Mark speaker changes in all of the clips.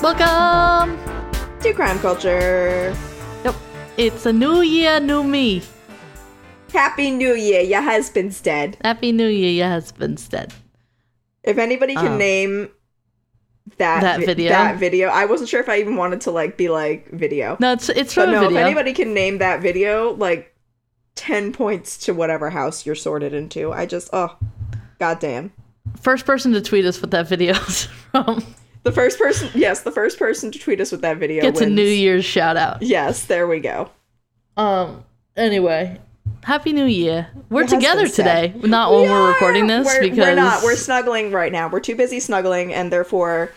Speaker 1: Welcome!
Speaker 2: to crime culture.
Speaker 1: Nope. It's a new year, new me.
Speaker 2: Happy New Year, your husband's dead.
Speaker 1: Happy New Year, your husband's dead.
Speaker 2: If anybody can
Speaker 1: Um,
Speaker 2: name that
Speaker 1: that
Speaker 2: vi-
Speaker 1: video?
Speaker 2: that video, I wasn't sure if I even wanted to like be like video.
Speaker 1: No, it's it's
Speaker 2: but
Speaker 1: from
Speaker 2: no,
Speaker 1: a video.
Speaker 2: if anybody can name that video, like ten points to whatever house you're sorted into. I just oh, goddamn.
Speaker 1: First person to tweet us what that video is from
Speaker 2: The first person, yes, the first person to tweet us with that video
Speaker 1: gets a
Speaker 2: wins.
Speaker 1: New Year's shout out.
Speaker 2: Yes, there we go.
Speaker 1: Um. Anyway, Happy New Year. We're
Speaker 2: husband's
Speaker 1: together today,
Speaker 2: dead.
Speaker 1: not when
Speaker 2: We
Speaker 1: we're
Speaker 2: are!
Speaker 1: recording this
Speaker 2: We're-
Speaker 1: because
Speaker 2: we're not. We're snuggling right now. We're too busy snuggling, and therefore,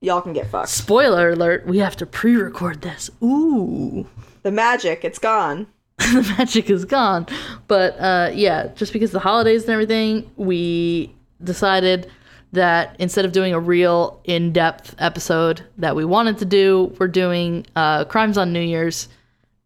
Speaker 2: y'all can get fucked.
Speaker 1: Spoiler alert, we have to pre record this. Ooh.
Speaker 2: The magic, it's gone.
Speaker 1: the magic is gone. But uh, yeah, just because the holidays and everything, we decided that instead of doing a real in depth episode that we wanted to do, we're doing uh, Crimes on New Year's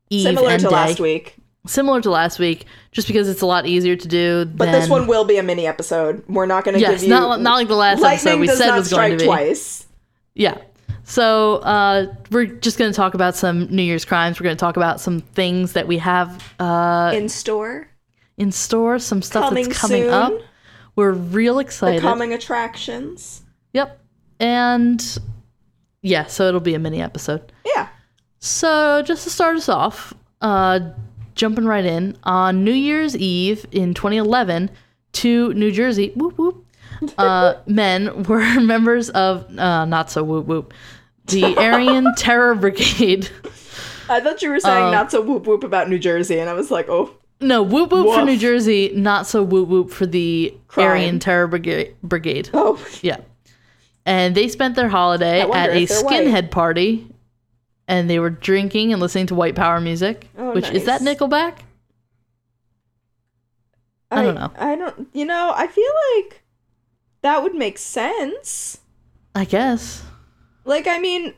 Speaker 1: Eve.
Speaker 2: Similar
Speaker 1: and
Speaker 2: to
Speaker 1: day.
Speaker 2: last week.
Speaker 1: Similar to last week, just because it's a lot easier to do
Speaker 2: But
Speaker 1: than.
Speaker 2: this one will be a mini episode. We're not going to
Speaker 1: Yes,
Speaker 2: give you
Speaker 1: not, not like the last episode
Speaker 2: lightning
Speaker 1: we
Speaker 2: does
Speaker 1: said
Speaker 2: not
Speaker 1: was
Speaker 2: strike
Speaker 1: going to be.
Speaker 2: twice.
Speaker 1: Yeah. So uh, we're just going to talk about some New Year's crimes. We're going to talk about some things that we have uh,
Speaker 2: In store,
Speaker 1: in store, some stuff
Speaker 2: Coming
Speaker 1: that's coming
Speaker 2: soon.
Speaker 1: up. We're real
Speaker 2: the
Speaker 1: excited.
Speaker 2: coming attractions.
Speaker 1: yep. And yeah, so it'll be a mini episode.
Speaker 2: Yeah,
Speaker 1: So just to start us off, uh, jumping right in on New Year's Eve in 2011, two New Jersey whoop whoop uh, men were members of uh, not so whoop whoop the Aryan Terror Brigade.
Speaker 2: I thought you were saying
Speaker 1: Uh,
Speaker 2: not so whoop whoop about New Jersey, and I was like, oh,
Speaker 1: No, whoop whoop for
Speaker 2: Woof.
Speaker 1: New Jersey, not so whoop whoop for the
Speaker 2: Crime.
Speaker 1: Aryan Terror Brigade. Brigade.
Speaker 2: oh,
Speaker 1: Yeah. And they spent their holiday
Speaker 2: I
Speaker 1: at
Speaker 2: wonder
Speaker 1: a
Speaker 2: if they're white.
Speaker 1: skinhead party and they were drinking and listening to white power music.
Speaker 2: Oh,
Speaker 1: which is that
Speaker 2: nice.
Speaker 1: Nickelback? I don't know.
Speaker 2: I don't. You know, I feel like that would make sense.
Speaker 1: I guess.
Speaker 2: Like, I mean,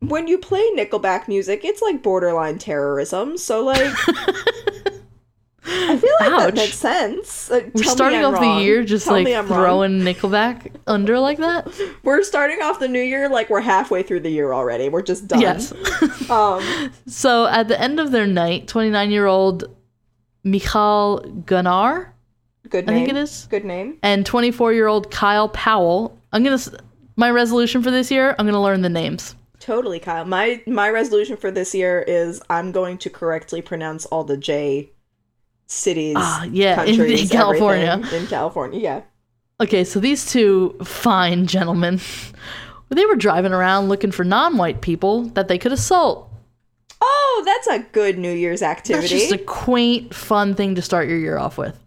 Speaker 2: when you play Nickelback music, it's like borderline terrorism. So, like, I feel like
Speaker 1: Ouch.
Speaker 2: that makes sense. Like,
Speaker 1: We're
Speaker 2: tell me
Speaker 1: starting
Speaker 2: I'm
Speaker 1: off
Speaker 2: wrong.
Speaker 1: the year just
Speaker 2: Tell
Speaker 1: like
Speaker 2: me I'm wrong.
Speaker 1: throwing Nickelback under like that.
Speaker 2: We're starting off the new year like we're halfway through the year already. We're just done.
Speaker 1: Yes.
Speaker 2: Um,
Speaker 1: So at the end of their night, 29 year old Michal Gunnar
Speaker 2: good
Speaker 1: I
Speaker 2: name.
Speaker 1: think it is.
Speaker 2: Good name.
Speaker 1: and 24 year old Kyle Powell. I'm going to, my resolution for this year, I'm going to learn the names.
Speaker 2: Totally, Kyle. My my resolution for this year is I'm going to correctly pronounce all the J cities,
Speaker 1: Ah, yeah, in- in
Speaker 2: countries, everything
Speaker 1: California.
Speaker 2: In California, yeah.
Speaker 1: Okay, so these two fine gentlemen, they were driving around looking for non-white people that they could assault.
Speaker 2: Oh, that's a good New Year's
Speaker 1: That's
Speaker 2: activity.
Speaker 1: just a quaint, fun thing to start your year off with.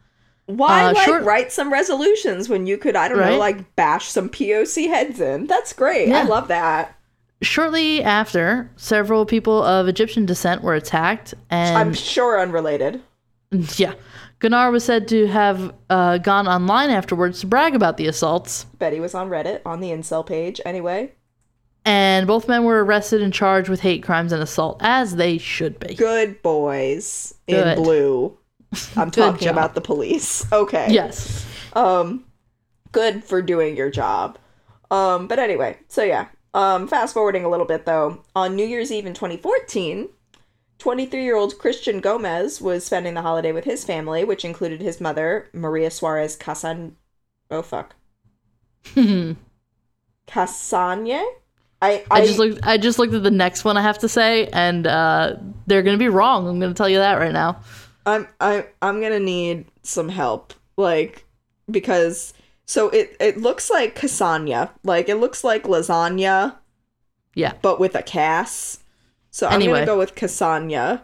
Speaker 2: Why
Speaker 1: uh,
Speaker 2: like
Speaker 1: short-
Speaker 2: write some resolutions when you could I don't
Speaker 1: Right?
Speaker 2: know like bash some POC heads in? That's great.
Speaker 1: Yeah.
Speaker 2: I love that.
Speaker 1: Shortly after, several people of Egyptian descent were attacked,
Speaker 2: I'm
Speaker 1: and
Speaker 2: sure unrelated.
Speaker 1: yeah, Gunnar was said to have uh, gone online afterwards to brag about the assaults.
Speaker 2: Betty was on Reddit on the incel page anyway.
Speaker 1: And both men were arrested and charged with hate crimes and assault, as they should be.
Speaker 2: Good boys
Speaker 1: Good.
Speaker 2: in blue. I'm
Speaker 1: Good
Speaker 2: talking
Speaker 1: job.
Speaker 2: about the police. Okay.
Speaker 1: Yes.
Speaker 2: Um good for doing your job. Um but anyway, so yeah. Um fast forwarding a little bit though, on New Year's Eve in 2014, 23-year-old Christian Gomez was spending the holiday with his family, which included his mother, Maria Suarez Casan Oh fuck. Casagne? I, I,
Speaker 1: I, just looked. I just looked at the next one I have to say, and uh, they're gonna be wrong. I'm gonna tell you that right now.
Speaker 2: I'm I I'm gonna need some help, like because so it it looks like casagna, like it looks like lasagna,
Speaker 1: Yeah,
Speaker 2: but with a cas. So I'm
Speaker 1: Anyway.
Speaker 2: gonna go with casagna,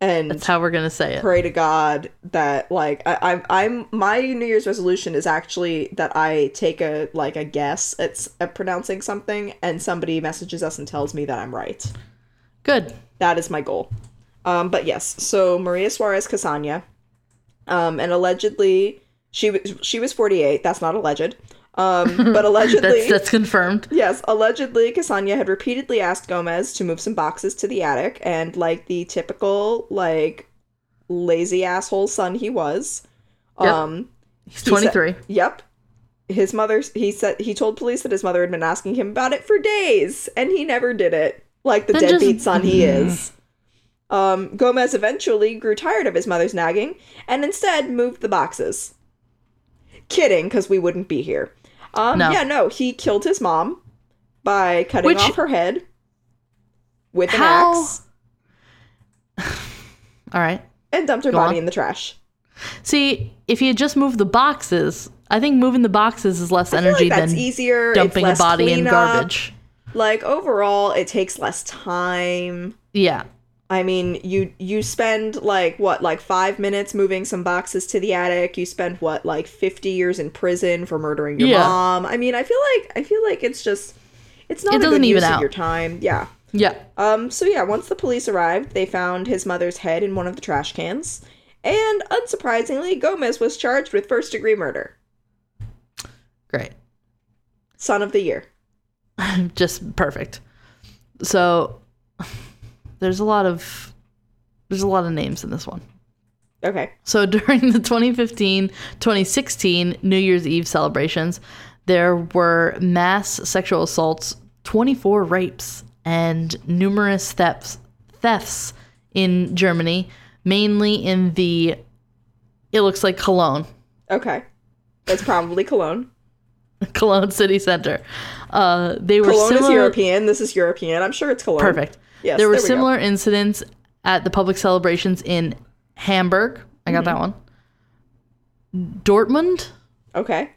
Speaker 2: and
Speaker 1: that's how we're gonna say it.
Speaker 2: pray to God that like I, I'm I'm my New Year's resolution is actually that I take a like a guess at, s- at pronouncing something, and somebody messages us and tells me that I'm right.
Speaker 1: Good.
Speaker 2: That is my goal. Um, but yes, so Maria Suarez Casagna, um, and allegedly she was she was 48. That's not alleged, um, but
Speaker 1: That's
Speaker 2: allegedly
Speaker 1: that's confirmed.
Speaker 2: yes, allegedly Casagna had repeatedly asked Gomez to move some boxes to the attic, and like the typical like lazy asshole son he was,
Speaker 1: Yep.
Speaker 2: um,
Speaker 1: He's
Speaker 2: he said-
Speaker 1: 23.
Speaker 2: yep. his mother he said he told police that his mother had been asking him about it for days and he never did it like the
Speaker 1: Then just-
Speaker 2: deadbeat son he is um, gomez eventually grew tired of his mother's nagging and instead moved the boxes kidding because we wouldn't be here um,
Speaker 1: No.
Speaker 2: yeah no he killed his mom by cutting
Speaker 1: Which-
Speaker 2: off her head with an
Speaker 1: How-
Speaker 2: axe
Speaker 1: All right.
Speaker 2: and dumped her
Speaker 1: Go
Speaker 2: body
Speaker 1: on.
Speaker 2: in the trash
Speaker 1: See, if he had just moved the boxes, I think moving the boxes is less
Speaker 2: I feel
Speaker 1: energy
Speaker 2: like that's
Speaker 1: than
Speaker 2: easier it's
Speaker 1: dumping a
Speaker 2: less
Speaker 1: body in
Speaker 2: cleanup.
Speaker 1: garbage.
Speaker 2: like overall it takes less time
Speaker 1: Yeah.
Speaker 2: I mean, you you spend like what, like five minutes moving some boxes to the attic. You spend what, like fifty years in prison for murdering your
Speaker 1: Yeah.
Speaker 2: mom. I mean, I feel like I feel like it's just it's not
Speaker 1: It
Speaker 2: a
Speaker 1: doesn't
Speaker 2: good
Speaker 1: even
Speaker 2: use
Speaker 1: out.
Speaker 2: of your time. Yeah.
Speaker 1: Yeah.
Speaker 2: Um. So yeah, once the police arrived, they found his mother's head in one of the trash cans, and unsurprisingly, Gomez was charged with first degree murder.
Speaker 1: Great.
Speaker 2: Son of the year.
Speaker 1: just perfect. So there's a lot of there's a lot of names in this one.
Speaker 2: Okay.
Speaker 1: So during the 2015-2016 New Year's Eve celebrations, there were mass sexual assaults, 24 rapes, and numerous thefts thefts in Germany, mainly in the it looks like Cologne
Speaker 2: Okay. That's probably Cologne.
Speaker 1: Cologne city center. Uh, they were
Speaker 2: Cologne is
Speaker 1: similar-
Speaker 2: European. This is European. I'm sure it's Cologne.
Speaker 1: Perfect.
Speaker 2: Yes,
Speaker 1: there were
Speaker 2: there we go.
Speaker 1: similar incidents at the public celebrations in Hamburg. I got
Speaker 2: Mm-hmm.
Speaker 1: that one. Dortmund,
Speaker 2: Okay.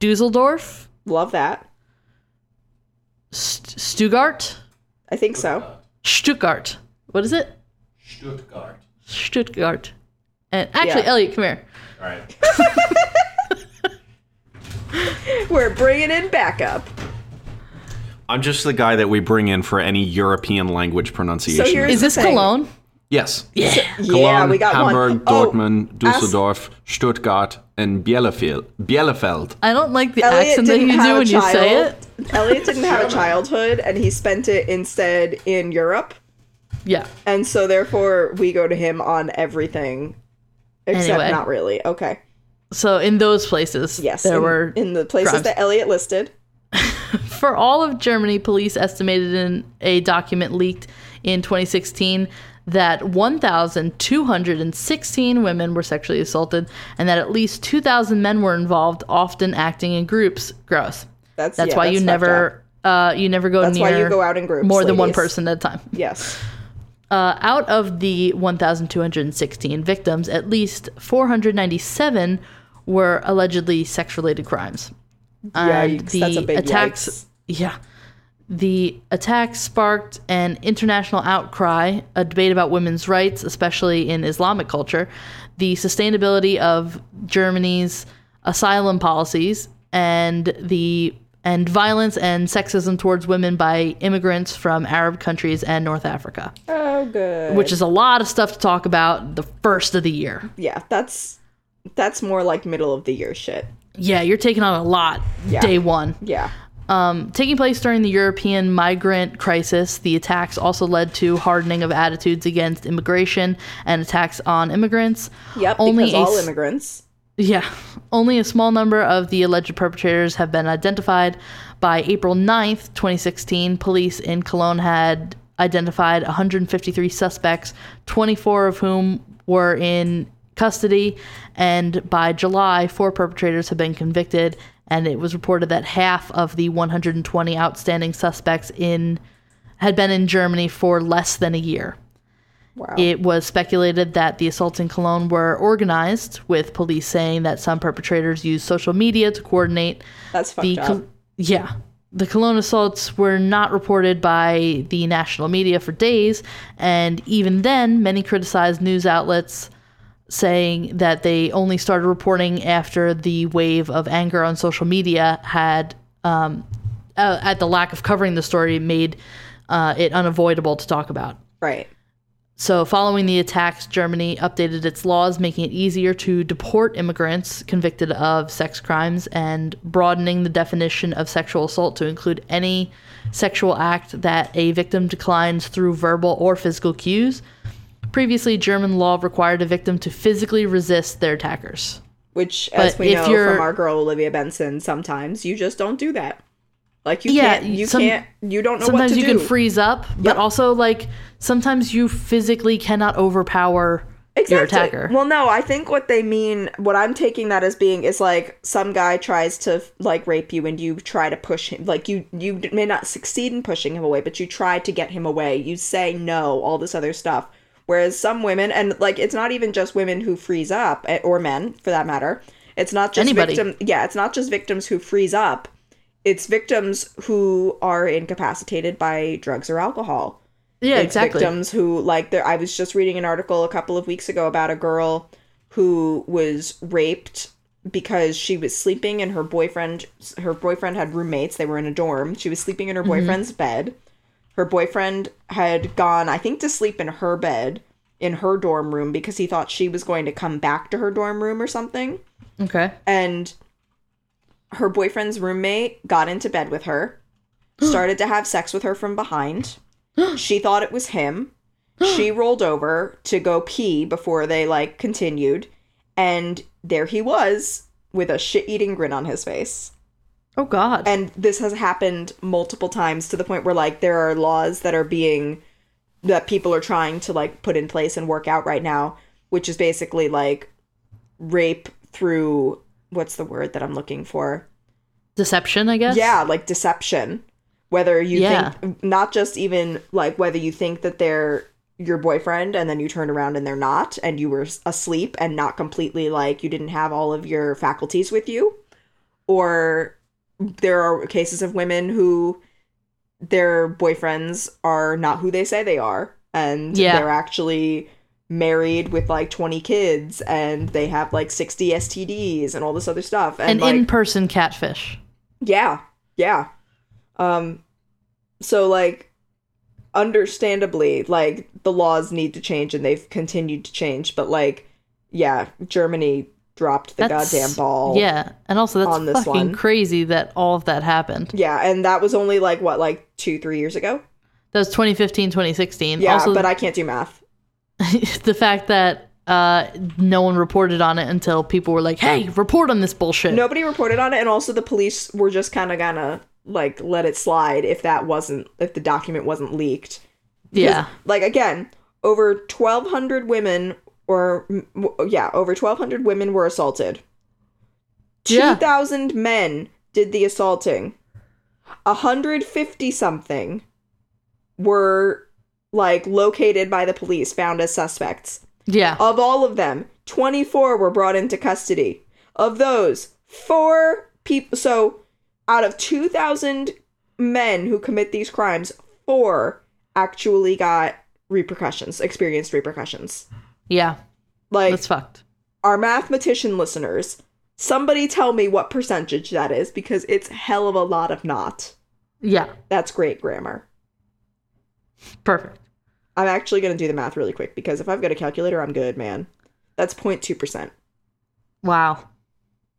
Speaker 1: Dusseldorf,
Speaker 2: Love that.
Speaker 1: St- Stuttgart,
Speaker 2: I think so.
Speaker 1: Stuttgart. What is it?
Speaker 3: Stuttgart.
Speaker 1: Stuttgart. And actually,
Speaker 2: Yeah.
Speaker 1: Elliot, come here.
Speaker 3: All right.
Speaker 2: We're bringing in backup.
Speaker 3: I'm just the guy that we bring in for any European language pronunciation.
Speaker 2: So here's-
Speaker 1: Is this
Speaker 2: the thing.
Speaker 1: Cologne?
Speaker 3: yes.
Speaker 2: Cologne, yeah, we got
Speaker 3: Hamburg,
Speaker 2: one. Oh,
Speaker 3: Dortmund, Dusseldorf, Stuttgart, and Bielefeld. Bielefeld.
Speaker 1: I don't like the
Speaker 2: Elliot
Speaker 1: accent that
Speaker 2: didn't
Speaker 1: you do
Speaker 2: have a
Speaker 1: when you
Speaker 2: child.
Speaker 1: say it.
Speaker 2: Elliot didn't have a childhood, and he spent it instead in Europe,
Speaker 1: Yeah.
Speaker 2: and so therefore we go to him on everything, except
Speaker 1: Anyway.
Speaker 2: not really. Okay.
Speaker 1: So in those places,
Speaker 2: Yes.
Speaker 1: there
Speaker 2: in,
Speaker 1: were
Speaker 2: in the places
Speaker 1: crimes.
Speaker 2: that Elliot listed.
Speaker 1: For all of Germany, police estimated in a document leaked in 2016 that 1,216 women were sexually assaulted and that at least 2,000 men were involved, often acting in groups. Gross.
Speaker 2: That's
Speaker 1: That's
Speaker 2: yeah,
Speaker 1: why you
Speaker 2: fucked up.
Speaker 1: never uh, you never go
Speaker 2: That's
Speaker 1: near
Speaker 2: why you go out in groups,
Speaker 1: more than one
Speaker 2: ladies.
Speaker 1: person at a time.
Speaker 2: Yes.
Speaker 1: Uh, out of the 1,216 victims, at least 497 were allegedly sex-related crimes. And
Speaker 2: Yikes, that's a big
Speaker 1: attacks.
Speaker 2: yikes.
Speaker 1: Yeah. The attack sparked an international outcry, a debate about women's rights, especially in Islamic culture, the sustainability of Germany's asylum policies, and the and violence and sexism towards women by immigrants from Arab countries and North Africa,
Speaker 2: Oh, good.
Speaker 1: which is a lot of stuff to talk about the first of the year.
Speaker 2: yeah, that's that's more like middle of the year shit.
Speaker 1: Yeah, you're taking on a lot
Speaker 2: Yeah.
Speaker 1: day one.
Speaker 2: Yeah.
Speaker 1: Taking place during the European migrant crisis, the attacks also led to hardening of attitudes against immigration and attacks on immigrants.
Speaker 2: Yep.
Speaker 1: Only
Speaker 2: because
Speaker 1: a
Speaker 2: all
Speaker 1: s-
Speaker 2: immigrants.
Speaker 1: Yeah, only a small number of the alleged perpetrators have been identified. By April 9th, 2016, police in Cologne had identified 153 suspects, 24 of whom were in custody, and by July, four perpetrators have been convicted, and it was reported that half of the 120 outstanding suspects in had been in Germany for less than a year.
Speaker 2: Wow.
Speaker 1: It was speculated that the assaults in Cologne were organized, with police saying that some perpetrators used social media to coordinate.
Speaker 2: that's fucked
Speaker 1: The
Speaker 2: up.
Speaker 1: Col- yeah, the Cologne assaults were not reported by the national media for days, and even then, many criticized news outlets saying that they only started reporting after the wave of anger on social media had, um, uh, at the lack of covering the story, made uh, it unavoidable to talk about.
Speaker 2: right.
Speaker 1: So, following the attacks, Germany updated its laws, making it easier to deport immigrants convicted of sex crimes and broadening the definition of sexual assault to include any sexual act that a victim declines through verbal or physical cues. Previously, German law required a victim to physically resist their attackers.
Speaker 2: Which, as
Speaker 1: But
Speaker 2: we
Speaker 1: if
Speaker 2: know
Speaker 1: you're-
Speaker 2: from our girl Olivia Benson, sometimes you just don't do that. Like you
Speaker 1: Yeah,
Speaker 2: can't, you
Speaker 1: some-
Speaker 2: can't, you don't know
Speaker 1: sometimes
Speaker 2: what to
Speaker 1: you
Speaker 2: do.
Speaker 1: can freeze up, but
Speaker 2: Yep.
Speaker 1: also like sometimes you physically cannot overpower your attacker.
Speaker 2: Well, no, I think what they mean, what I'm taking that as being, is like some guy tries to like rape you, and you try to push him. Like you, you d- may not succeed in pushing him away, but you try to get him away. You say no, all this other stuff. Whereas some women, and like it's not even just women who freeze up, eh, or men for that matter. It's not just
Speaker 1: Anybody.
Speaker 2: victim. Yeah, it's not just victims who freeze up. It's victims who are incapacitated by drugs or alcohol
Speaker 1: yeah,
Speaker 2: it's
Speaker 1: exactly.
Speaker 2: victims who like there I was just reading an article a couple of weeks ago about a girl who was raped because she was sleeping in her boyfriend her boyfriend had roommates they were in a dorm she was sleeping in
Speaker 1: Mm-hmm.
Speaker 2: her boyfriend's bed her boyfriend had gone I think to sleep in her bed in her dorm room because he thought she was going to come back to her dorm room or something
Speaker 1: Okay.
Speaker 2: and her boyfriend's roommate got into bed with her, started to have sex with her from behind. she thought it was him. she rolled over to go pee before they like continued, and there he was with a shit-eating grin on his face.
Speaker 1: Oh God.
Speaker 2: And this has happened multiple times to the point where like there are laws that are being that people are trying to like put in place and work out right now, which is basically like rape through what's the word that I'm looking for?
Speaker 1: Deception, I guess.
Speaker 2: Yeah, like deception. Whether you
Speaker 1: Yeah.
Speaker 2: think not just even like whether you think that they're your boyfriend and then you turn around and they're not and you were s- asleep and not completely like you didn't have all of your faculties with you or there are cases of women who their boyfriends are not who they say they are and
Speaker 1: Yeah.
Speaker 2: they're actually married with like 20 kids and they have like 60 STDs and all this other stuff and
Speaker 1: An
Speaker 2: like,
Speaker 1: in-person catfish.
Speaker 2: yeah. Yeah. Um so like understandably like the laws need to change and they've continued to change but like yeah, Germany dropped the
Speaker 1: That's-
Speaker 2: goddamn ball.
Speaker 1: Yeah, and also that's
Speaker 2: on this
Speaker 1: fucking
Speaker 2: one.
Speaker 1: crazy that all of that happened.
Speaker 2: Yeah, and that was only like what like 2 3 years ago.
Speaker 1: That was 2015, 2016.
Speaker 2: Yeah,
Speaker 1: also,
Speaker 2: but I can't do math.
Speaker 1: the fact that uh, no one reported on it until people were like, "Hey, report on this bullshit."
Speaker 2: Nobody reported on it and also the police were just kind of gonna like let it slide if that wasn't if the document wasn't leaked.
Speaker 1: yeah,
Speaker 2: like again over 1200 women or m- w- yeah over 1200 women were assaulted
Speaker 1: Yeah.
Speaker 2: 2000 men did the assaulting 150 something were like located by the police found as suspects
Speaker 1: yeah.
Speaker 2: of all of them 24 were brought into custody of those four people so out of 2000 men who commit these crimes four actually got repercussions experienced repercussions
Speaker 1: yeah,
Speaker 2: like
Speaker 1: that's fucked.
Speaker 2: our mathematician listeners somebody tell me what percentage that is because it's hell of a lot of not
Speaker 1: Yeah,
Speaker 2: that's great grammar
Speaker 1: perfect.
Speaker 2: i'm actually going to do the math really quick because if i've got a calculator i'm good man that's 0.2%
Speaker 1: Wow.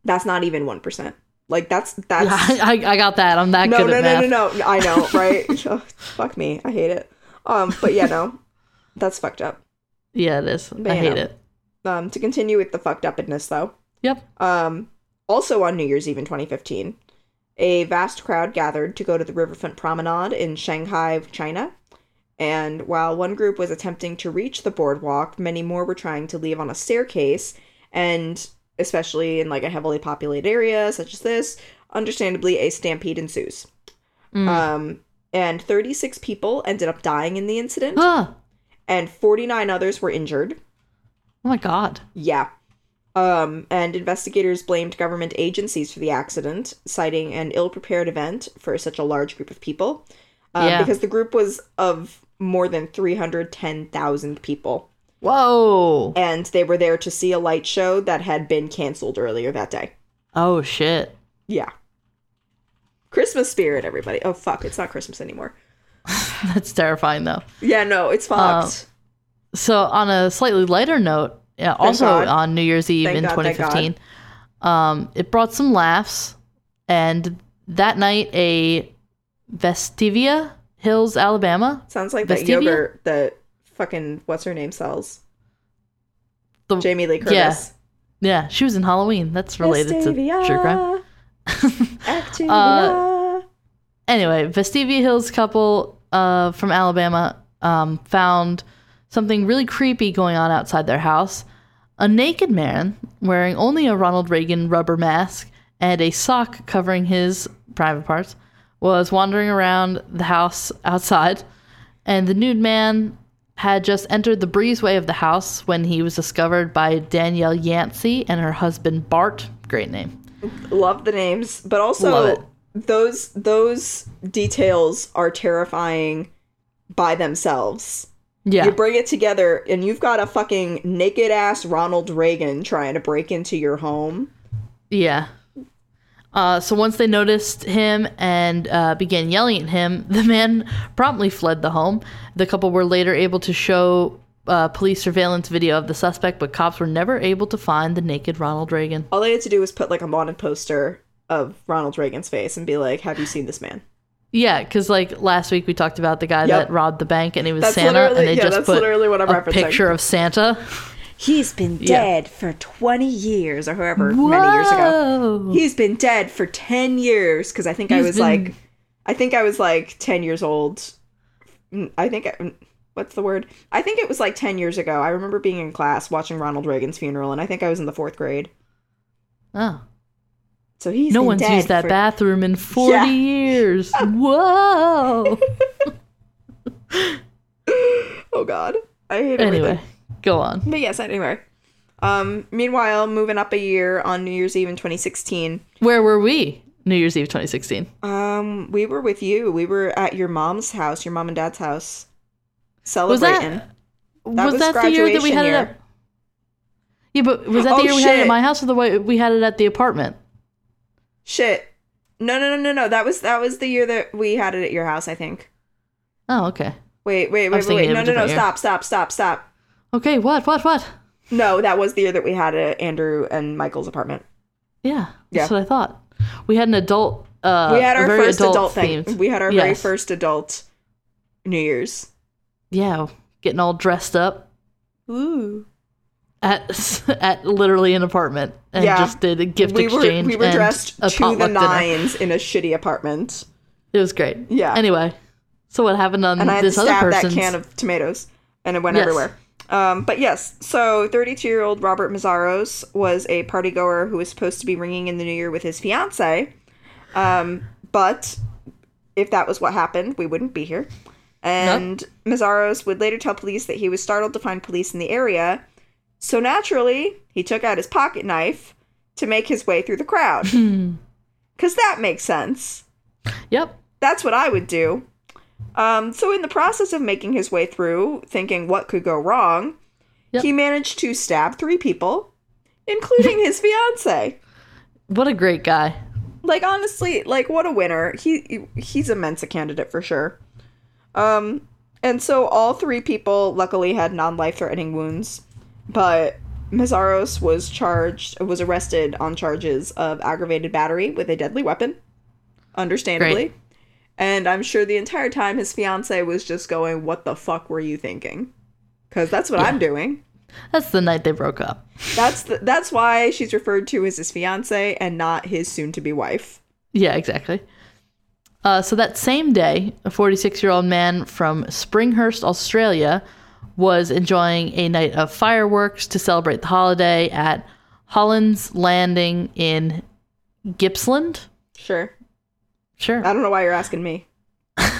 Speaker 2: that's not even 1% like that's that's
Speaker 1: Yeah, I, I got that. I'm that
Speaker 2: no,
Speaker 1: good
Speaker 2: no,
Speaker 1: at
Speaker 2: no,
Speaker 1: math.
Speaker 2: no, no, I know, right? Oh, fuck me, I hate it. Um, but yeah, no, that's fucked up.
Speaker 1: Yeah, it is.
Speaker 2: But
Speaker 1: I
Speaker 2: yeah.
Speaker 1: hate it.
Speaker 2: Um, to continue with the fucked upness though.
Speaker 1: Yep.
Speaker 2: Um, also on New Year's Eve in 2015, a vast crowd gathered to go to the riverfront promenade in Shanghai, China. And while one group was attempting to reach the boardwalk, many more were trying to leave on a staircase. And especially in like a heavily populated area such as this, understandably, a stampede ensues.
Speaker 1: Mm.
Speaker 2: Um, and 36 people ended up dying in the incident,
Speaker 1: Ah,
Speaker 2: and 49 others were injured.
Speaker 1: oh my god.
Speaker 2: Yeah. Um, and investigators blamed government agencies for the accident, citing an ill prepared event for such a large group of people. Um,
Speaker 1: Yeah.
Speaker 2: Because the group was of more than 310,000 people,
Speaker 1: Whoa.
Speaker 2: and they were there to see a light show that had been canceled earlier that day.
Speaker 1: Oh shit.
Speaker 2: Yeah. Christmas spirit, everybody. Oh, fuck, it's not Christmas anymore.
Speaker 1: That's terrifying though.
Speaker 2: Yeah, no, it's fucked.
Speaker 1: So on a slightly lighter note, yeah, also
Speaker 2: God.
Speaker 1: on New Year's Eve
Speaker 2: Thank
Speaker 1: in
Speaker 2: God, thank
Speaker 1: 2015, um, it brought some laughs, and that night a Vestivia Hills, Alabama,
Speaker 2: Sounds like that
Speaker 1: Vestivia?
Speaker 2: yogurt that fucking, what's her name sells?
Speaker 1: the
Speaker 2: Jamie Lee Curtis.
Speaker 1: Yeah. Yeah, she was in Halloween. That's related to true crime.
Speaker 2: Activia. Uh,
Speaker 1: Anyway, Vestavia Hills couple uh, from Alabama um, found something really creepy going on outside their house. A naked man wearing only a Ronald Reagan rubber mask and a sock covering his private parts was wandering around the house outside, and the nude man had just entered the breezeway of the house when he was discovered by Danielle Yancey and her husband Bart. Great name.
Speaker 2: Love the names, but
Speaker 1: Love
Speaker 2: also
Speaker 1: it.
Speaker 2: those those details are terrifying by themselves.
Speaker 1: Yeah.
Speaker 2: You bring it together, and you've got a fucking naked ass Ronald Reagan trying to break into your home.
Speaker 1: Yeah. Uh, so once they noticed him and uh, began yelling at him, the man promptly fled the home. The couple were later able to show uh, police surveillance video of the suspect, but cops were never able to find the naked Ronald Reagan.
Speaker 2: All they had to do was put like a wanted poster of Ronald Reagan's face and be like, "Have you seen this man?"
Speaker 1: Yeah, because like last week we talked about the guy
Speaker 2: Yep.
Speaker 1: that robbed the bank and he was
Speaker 2: That's
Speaker 1: Santa, and
Speaker 2: literally-
Speaker 1: they
Speaker 2: yeah,
Speaker 1: just
Speaker 2: that's
Speaker 1: put
Speaker 2: literally what I'm
Speaker 1: a
Speaker 2: referencing.
Speaker 1: picture of Santa.
Speaker 2: He's been
Speaker 1: Yeah.
Speaker 2: dead for 20 years or however many years ago.
Speaker 1: Whoa.
Speaker 2: He's been dead for 10 years cuz I think I
Speaker 1: He's
Speaker 2: was
Speaker 1: been-
Speaker 2: like I think I was like 10 years old. Mm, I think I, what's the word? I think it was like 10 years ago. I remember being in class watching Ronald Reagan's funeral and I think I was in the 4th grade.
Speaker 1: Oh.
Speaker 2: So he's
Speaker 1: no
Speaker 2: been
Speaker 1: one's
Speaker 2: dead
Speaker 1: used that
Speaker 2: for-
Speaker 1: bathroom in 40
Speaker 2: Yeah.
Speaker 1: years. Whoa.
Speaker 2: Oh god. I hate everything.
Speaker 1: anyway, go on.
Speaker 2: But yes, anyway. Um meanwhile, moving up a year on New Year's Eve in 2016,
Speaker 1: Where were we? New Year's Eve 2016.
Speaker 2: Um, we were with you. We were at your mom's house, your mom and dad's house,
Speaker 1: Was
Speaker 2: celebrating.
Speaker 1: that, was,
Speaker 2: was
Speaker 1: that the year that we
Speaker 2: graduation
Speaker 1: had it
Speaker 2: year.
Speaker 1: at? Yeah, but was that the
Speaker 2: Oh,
Speaker 1: year we had it
Speaker 2: shit.
Speaker 1: at my house or the way we had it at the apartment?
Speaker 2: Shit. No, no, no, no, no. That was that was the year that we had it at your house. I think.
Speaker 1: Oh, okay.
Speaker 2: Wait, wait,
Speaker 1: was
Speaker 2: wait, wait,
Speaker 1: thinking
Speaker 2: wait. No,
Speaker 1: of a
Speaker 2: no, no.
Speaker 1: different year.
Speaker 2: Stop, stop, stop, stop.
Speaker 1: Okay, what, what, what?
Speaker 2: No, that was the year that we had it at Andrew and Michael's apartment.
Speaker 1: Yeah,
Speaker 2: Yeah.
Speaker 1: that's what I thought. We had an adult. Uh,
Speaker 2: we had our
Speaker 1: very
Speaker 2: first adult,
Speaker 1: themed.
Speaker 2: thing. We had our very
Speaker 1: Yes.
Speaker 2: first adult New Year's.
Speaker 1: Yeah, getting all dressed up
Speaker 2: Ooh.
Speaker 1: at at literally an apartment and
Speaker 2: Yeah.
Speaker 1: just did a gift
Speaker 2: We were
Speaker 1: exchange.
Speaker 2: we were
Speaker 1: and
Speaker 2: dressed
Speaker 1: a
Speaker 2: to the
Speaker 1: potluck dinner.
Speaker 2: nines in a shitty apartment,
Speaker 1: It was great.
Speaker 2: Yeah.
Speaker 1: Anyway, so what happened on
Speaker 2: and I had to
Speaker 1: Um, this other
Speaker 2: stab that
Speaker 1: person's?
Speaker 2: can of tomatoes, and it went
Speaker 1: Yes.
Speaker 2: everywhere. Um, but yes, so 32 year old Robert Mazzaros was a party goer who was supposed to be ringing in the new year with his fiance. Um, but if that was what happened, we wouldn't be here. And Mazzaros would later tell police that he was startled to find police in the area. So naturally, he took out his pocket knife to make his way through the crowd.
Speaker 1: Hmm.
Speaker 2: Because that makes sense.
Speaker 1: Yep.
Speaker 2: That's what I would do. Um, so, in the process of making his way through, thinking what could go wrong,
Speaker 1: Yep.
Speaker 2: he managed to stab three people, including his fiance.
Speaker 1: What a great guy.
Speaker 2: Like honestly, like what a winner. He he's a Mensa candidate for sure. Um, and so all three people luckily had non-life-threatening wounds, but Mazzaros was charged was arrested on charges of aggravated battery with a deadly weapon, understandably.
Speaker 1: Great.
Speaker 2: And I'm sure the entire time his fiance was just going, "What the fuck were you thinking?" Because that's what I'm doing.
Speaker 1: That's the night they broke up.
Speaker 2: That's the, that's why she's referred to as his fiance and not his soon-to-be wife.
Speaker 1: Yeah, exactly. Uh, so that same day, a 46 year old man from Springhurst, Australia, was enjoying a night of fireworks to celebrate the holiday at Holland's Landing in Gippsland.
Speaker 2: Sure.
Speaker 1: Sure.
Speaker 2: I don't know why you're asking me.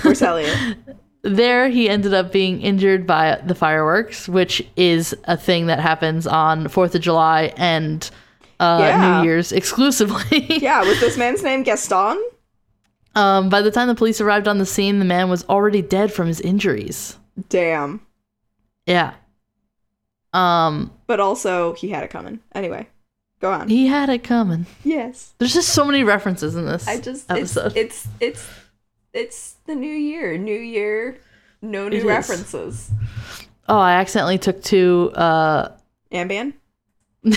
Speaker 2: We're selling it.
Speaker 1: There, he ended up being injured by the fireworks, which is a thing that happens on 4th of July and uh,
Speaker 2: Yeah.
Speaker 1: New Year's exclusively.
Speaker 2: Yeah, was this man's name Gaston?
Speaker 1: Um, by the time the police arrived on the scene, the man was already dead from his injuries.
Speaker 2: Damn.
Speaker 1: Yeah. Um,
Speaker 2: But also, he had it coming. Anyway, go on.
Speaker 1: he had it coming.
Speaker 2: yes.
Speaker 1: There's just so many references in this
Speaker 2: I just it's,
Speaker 1: episode.
Speaker 2: it's it's it's the new year. New year, no new
Speaker 1: is.
Speaker 2: references.
Speaker 1: oh, I accidentally took two. Uh,
Speaker 2: Amban? no.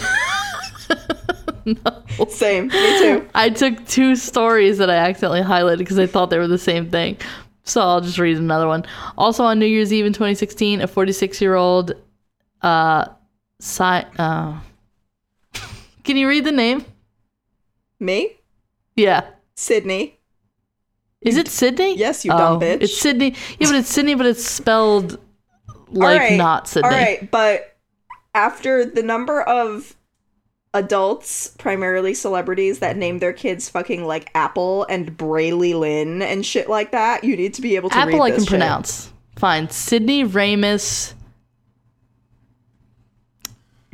Speaker 2: Same. Me too.
Speaker 1: I took two stories that I accidentally highlighted because I thought they were the same thing. So I'll just read another one. Also on New Year's Eve in 2016, a 46 year old, uh, si- uh, Can you read the name?
Speaker 2: Me?
Speaker 1: Yeah.
Speaker 2: Sydney.
Speaker 1: Is it Sydney? Oh,
Speaker 2: Yes, you dumb bitch.
Speaker 1: It's Sydney. Yeah, but it's Sydney, but it's spelled like
Speaker 2: Alright,
Speaker 1: not Sydney.
Speaker 2: All right, but after the number of adults, primarily celebrities, that name their kids fucking like Apple and Braley Lynn and shit like that, you need to be able to read
Speaker 1: Apple I
Speaker 2: this
Speaker 1: can
Speaker 2: shit.
Speaker 1: pronounce. Fine. Sydney Ramus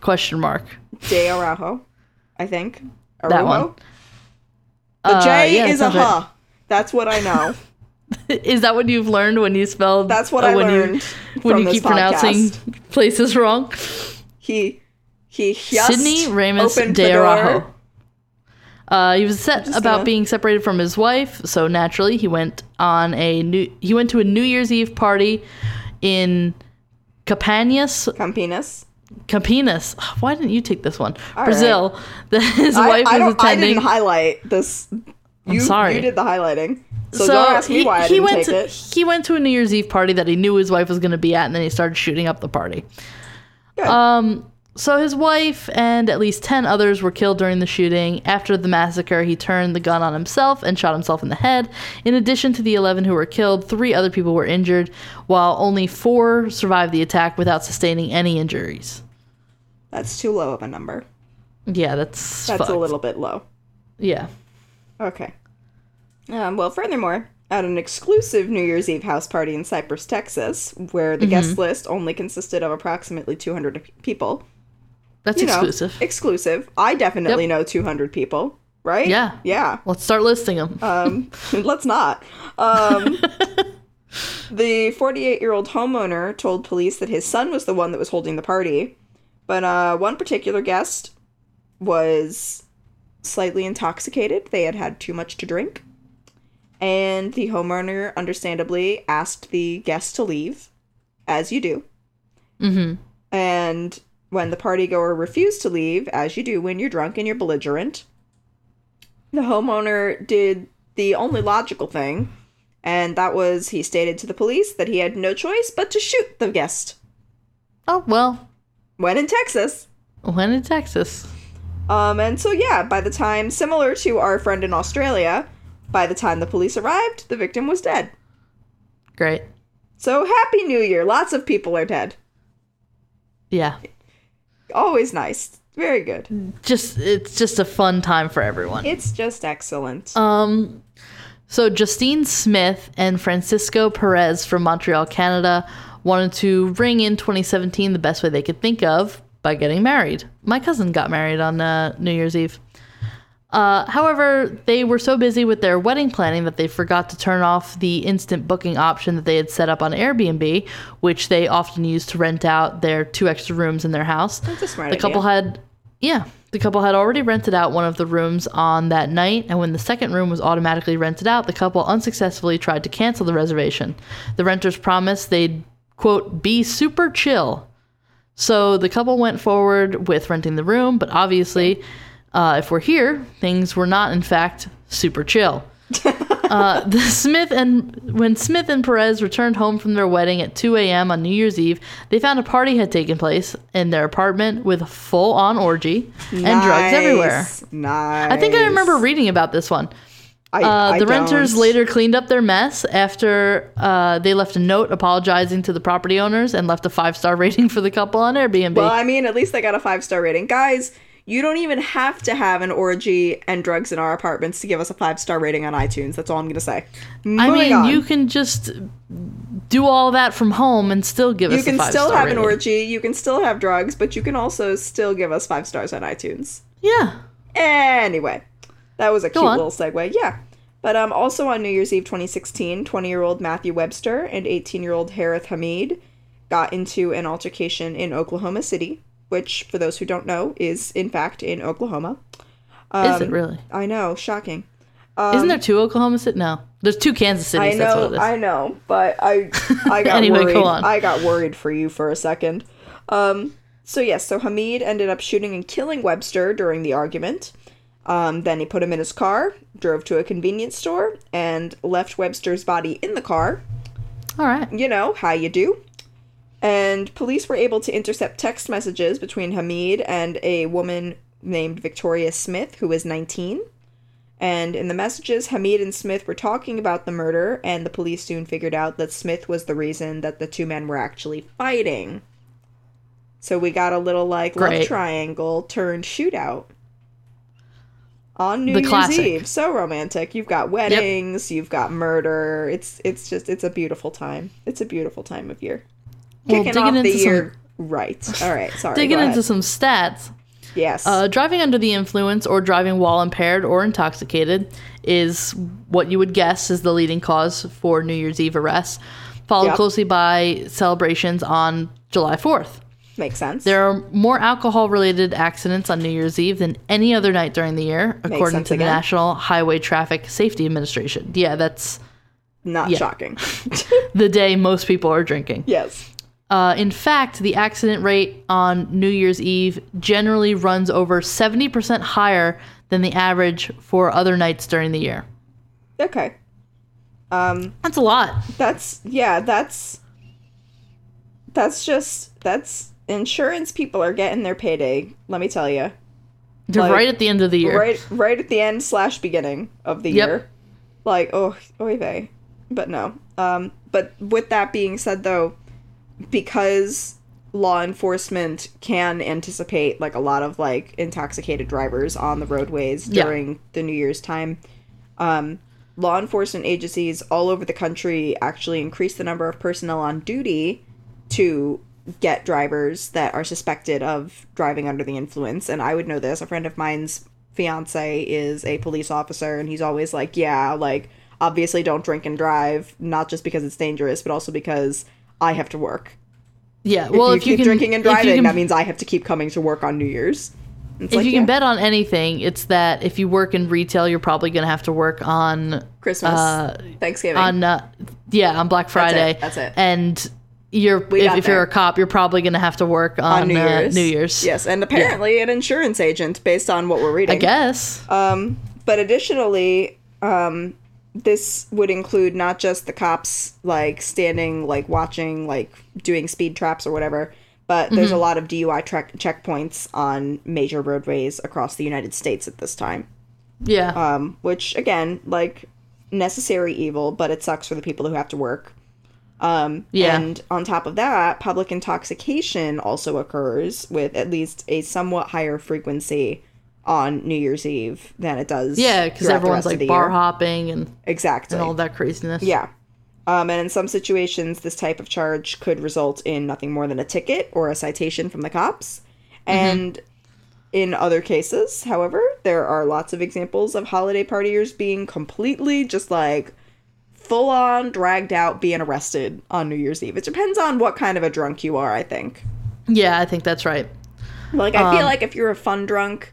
Speaker 1: question mark.
Speaker 2: De Arajo, I think. Arajo?
Speaker 1: That one. Uh,
Speaker 2: The J
Speaker 1: yeah,
Speaker 2: is a
Speaker 1: sounds
Speaker 2: huh.
Speaker 1: right.
Speaker 2: That's what I know.
Speaker 1: Is that what you've learned when you spelled
Speaker 2: That's what
Speaker 1: uh,
Speaker 2: I
Speaker 1: when you-
Speaker 2: learned
Speaker 1: when
Speaker 2: from
Speaker 1: you
Speaker 2: this
Speaker 1: keep pronouncing
Speaker 2: podcast.
Speaker 1: places wrong?
Speaker 2: He he just
Speaker 1: Sydney Ramus
Speaker 2: opened
Speaker 1: de
Speaker 2: the
Speaker 1: Araujo.
Speaker 2: door.
Speaker 1: Uh, he was upset
Speaker 2: just
Speaker 1: about
Speaker 2: gonna-
Speaker 1: being separated from his wife, so naturally he went on a new he went to a New Year's Eve party in Capanas,
Speaker 2: Campinas.
Speaker 1: Campinas. Why didn't you take this one?
Speaker 2: All
Speaker 1: Brazil. That his wife
Speaker 2: I, I
Speaker 1: was
Speaker 2: don't, I
Speaker 1: attending.
Speaker 2: didn't highlight this. You,
Speaker 1: sorry.
Speaker 2: You did the highlighting. So, don't ask me why I didn't
Speaker 1: went
Speaker 2: take
Speaker 1: to,
Speaker 2: it.
Speaker 1: He went to a New Year's Eve party that he knew his wife was going to be at, and then he started shooting up the party.
Speaker 2: Good.
Speaker 1: Um, so his wife and at least 10 others were killed during the shooting. After the massacre, he turned the gun on himself and shot himself in the head. In addition to the 11 who were killed, three other people were injured, while only four survived the attack without sustaining any injuries.
Speaker 2: That's too low of a number.
Speaker 1: Yeah, that's
Speaker 2: That's a
Speaker 1: fucked.
Speaker 2: little bit low.
Speaker 1: Yeah.
Speaker 2: Okay. Um, well, furthermore, at an exclusive New Year's Eve house party in Cypress, Texas, where the
Speaker 1: Mm-hmm.
Speaker 2: guest list only consisted of approximately 200 pe- people.
Speaker 1: That's
Speaker 2: You know,
Speaker 1: exclusive.
Speaker 2: Exclusive. I definitely
Speaker 1: Yep.
Speaker 2: know 200 people, right?
Speaker 1: Yeah.
Speaker 2: Yeah.
Speaker 1: Let's start listing them.
Speaker 2: Um, let's not. Um, the 48 year old homeowner told police that his son was the one that was holding the party, but uh, one particular guest was slightly intoxicated. They had had too much to drink. And the homeowner, understandably, asked the guest to leave, as you do.
Speaker 1: mm-hmm.
Speaker 2: And when the party goer refused to leave, as you do when you're drunk and you're belligerent, the homeowner did the only logical thing, and that was he stated to the police that he had no choice but to shoot the guest.
Speaker 1: Oh, well,
Speaker 2: When in Texas.
Speaker 1: when in Texas.
Speaker 2: Um, and so, yeah, by the time, similar to our friend in Australia, by the time the police arrived, the victim was dead.
Speaker 1: Great.
Speaker 2: So, Happy New Year! Lots of people are dead.
Speaker 1: Yeah.
Speaker 2: Always nice. Very good.
Speaker 1: Just it's just a fun time for everyone.
Speaker 2: It's just excellent.
Speaker 1: Um, so Justine Smith and Francisco Perez from Montreal, Canada, wanted to ring in 2017 the best way they could think of by getting married. My cousin got married on uh, New Year's Eve. Uh, however, they were so busy with their wedding planning that they forgot to turn off the instant booking option that they had set up on Airbnb, which they often use to rent out their two extra rooms in their house
Speaker 2: That's a smart
Speaker 1: the couple
Speaker 2: idea.
Speaker 1: had yeah the couple had already rented out one of the rooms on that night and when the second room was automatically rented out the couple unsuccessfully tried to cancel the reservation the renters promised they'd quote be super chill so the couple went forward with renting the room but obviously uh, if we're here things were not in fact super chill uh, the Smith and when Smith and Perez returned home from their wedding at 2 a.m. on New Year's Eve, they found a party had taken place in their apartment with a full-on orgy and drugs everywhere.
Speaker 2: Nice.
Speaker 1: I think I remember reading about this one.
Speaker 2: I,
Speaker 1: Uh,
Speaker 2: I
Speaker 1: the renters
Speaker 2: don't.
Speaker 1: later cleaned up their mess after uh, they left a note apologizing to the property owners and left a five-star rating for the couple on Airbnb.
Speaker 2: Well, I mean, at least they got a five star rating, guys. You don't even have to have an orgy and drugs in our apartments to give us a five star rating on iTunes. That's all I'm gonna say.
Speaker 1: I
Speaker 2: Moving
Speaker 1: mean,
Speaker 2: on.
Speaker 1: you can just do all that from home and still give
Speaker 2: You
Speaker 1: us. a
Speaker 2: can still
Speaker 1: five-star
Speaker 2: have an
Speaker 1: rating.
Speaker 2: orgy. You can still have drugs, but you can also still give us five stars on iTunes.
Speaker 1: Yeah.
Speaker 2: Anyway, that was a cute
Speaker 1: on.
Speaker 2: little segue. Yeah. But um, also on New Year's Eve 2016, 20 year old Matthew Webster and 18 year old Harith Hamid got into an altercation in Oklahoma City, which, for those who don't know, is in fact in Oklahoma.
Speaker 1: Is
Speaker 2: Um,
Speaker 1: it really?
Speaker 2: I know, shocking.
Speaker 1: Isn't there two Oklahoma City? No, there's two Kansas
Speaker 2: um, I
Speaker 1: Cities. that's what
Speaker 2: know,
Speaker 1: it is.
Speaker 2: I know, but I I got
Speaker 1: Anyway, go
Speaker 2: worried.
Speaker 1: on.
Speaker 2: I got worried for you for a second. Um, so yes, so Hamid ended up shooting and killing Webster during the argument. Um, then he put him in his car, drove to a convenience store, and left Webster's body in the car.
Speaker 1: All right.
Speaker 2: You know how you do. And police were able to intercept text messages between Hamid and a woman named Victoria Smith, who was 19. And in the messages, Hamid and Smith were talking about the murder, and the police soon figured out that Smith was the reason that the two men were actually fighting. So we got a little like love
Speaker 1: Great.
Speaker 2: triangle turned shootout on New
Speaker 1: The
Speaker 2: Year's
Speaker 1: classic.
Speaker 2: Eve. So romantic. You've got weddings, you've got murder. It's it's just it's a beautiful time. It's a beautiful time of year.
Speaker 1: Well,
Speaker 2: Kicking
Speaker 1: digging
Speaker 2: off
Speaker 1: into
Speaker 2: the
Speaker 1: some-
Speaker 2: year right. All right. Sorry.
Speaker 1: Digging
Speaker 2: go
Speaker 1: into
Speaker 2: ahead.
Speaker 1: some stats.
Speaker 2: yes.
Speaker 1: Uh, driving under the influence or driving while impaired or intoxicated is what you would guess is the leading cause for New Year's Eve arrests, followed
Speaker 2: Yep.
Speaker 1: closely by celebrations on July 4th.
Speaker 2: Makes sense.
Speaker 1: There are more alcohol related accidents on New Year's Eve than any other night during the year, according
Speaker 2: sense
Speaker 1: to the
Speaker 2: again.
Speaker 1: National Highway Traffic Safety Administration. Yeah, that's
Speaker 2: Not shocking.
Speaker 1: the day most people are drinking.
Speaker 2: yes.
Speaker 1: Uh, in fact, the accident rate on New Year's Eve generally runs over 70% higher than the average for other nights during the year.
Speaker 2: Okay. Um
Speaker 1: That's a lot.
Speaker 2: that's yeah, that's that's just that's insurance people are getting their payday, let me tell you.
Speaker 1: They're
Speaker 2: Like,
Speaker 1: right at the end of the year.
Speaker 2: Right right at the end slash beginning of the
Speaker 1: Yep.
Speaker 2: year. Like, oh oy vey. But no. Um but with that being said though, because law enforcement can anticipate like a lot of like intoxicated drivers on the roadways
Speaker 1: Yeah.
Speaker 2: during the New Year's time. Um, law enforcement agencies all over the country actually increased the number of personnel on duty to get drivers that are suspected of driving under the influence. And I would know this. A friend of mine's fiance is a police officer, and he's always like, "Yeah, like obviously don't drink and drive, not just because it's dangerous, but also because." I have to work
Speaker 1: Yeah. Well, if you,
Speaker 2: keep
Speaker 1: can
Speaker 2: drinking and
Speaker 1: if you
Speaker 2: driving,
Speaker 1: can-
Speaker 2: that means I have to keep coming to work on New Year's. It's
Speaker 1: if
Speaker 2: like,
Speaker 1: you can
Speaker 2: yeah,
Speaker 1: bet on anything, it's that if you work in retail, you're probably going to have to work on
Speaker 2: Christmas,
Speaker 1: uh,
Speaker 2: Thanksgiving.
Speaker 1: on uh, yeah on Black Friday.
Speaker 2: it, that's it.
Speaker 1: And you're
Speaker 2: got
Speaker 1: if, if you're
Speaker 2: there.
Speaker 1: a cop, you're probably going to have to work on,
Speaker 2: New
Speaker 1: uh,
Speaker 2: Year's.
Speaker 1: New Year's.
Speaker 2: Yes, and apparently an insurance agent based on what we're reading.
Speaker 1: I guess.
Speaker 2: Um, but additionally, um, this would include not just the cops like standing, like watching, like doing speed traps or whatever, but
Speaker 1: Mm-hmm.
Speaker 2: there's a lot of DUI track checkpoints on major roadways across the United States at this time.
Speaker 1: yeah.
Speaker 2: Um, which again, like necessary evil, but it sucks for the people who have to work. Um,
Speaker 1: Yeah.
Speaker 2: And on top of that, public intoxication also occurs with at least a somewhat higher frequency on New Year's Eve than it does.
Speaker 1: yeah, because
Speaker 2: throughout the
Speaker 1: everyone's
Speaker 2: rest of
Speaker 1: like
Speaker 2: the
Speaker 1: bar
Speaker 2: year.
Speaker 1: hopping and
Speaker 2: Exactly.
Speaker 1: and all that craziness.
Speaker 2: Yeah. Um, and in some situations, this type of charge could result in nothing more than a ticket or a citation from the cops. And in other cases, however, there are lots of examples of holiday partiers being completely just like full on dragged out, being arrested on New Year's Eve. It depends on what kind of a drunk you are, I think.
Speaker 1: Yeah, I think that's right.
Speaker 2: Like, I
Speaker 1: Um,
Speaker 2: feel like if you're a fun drunk,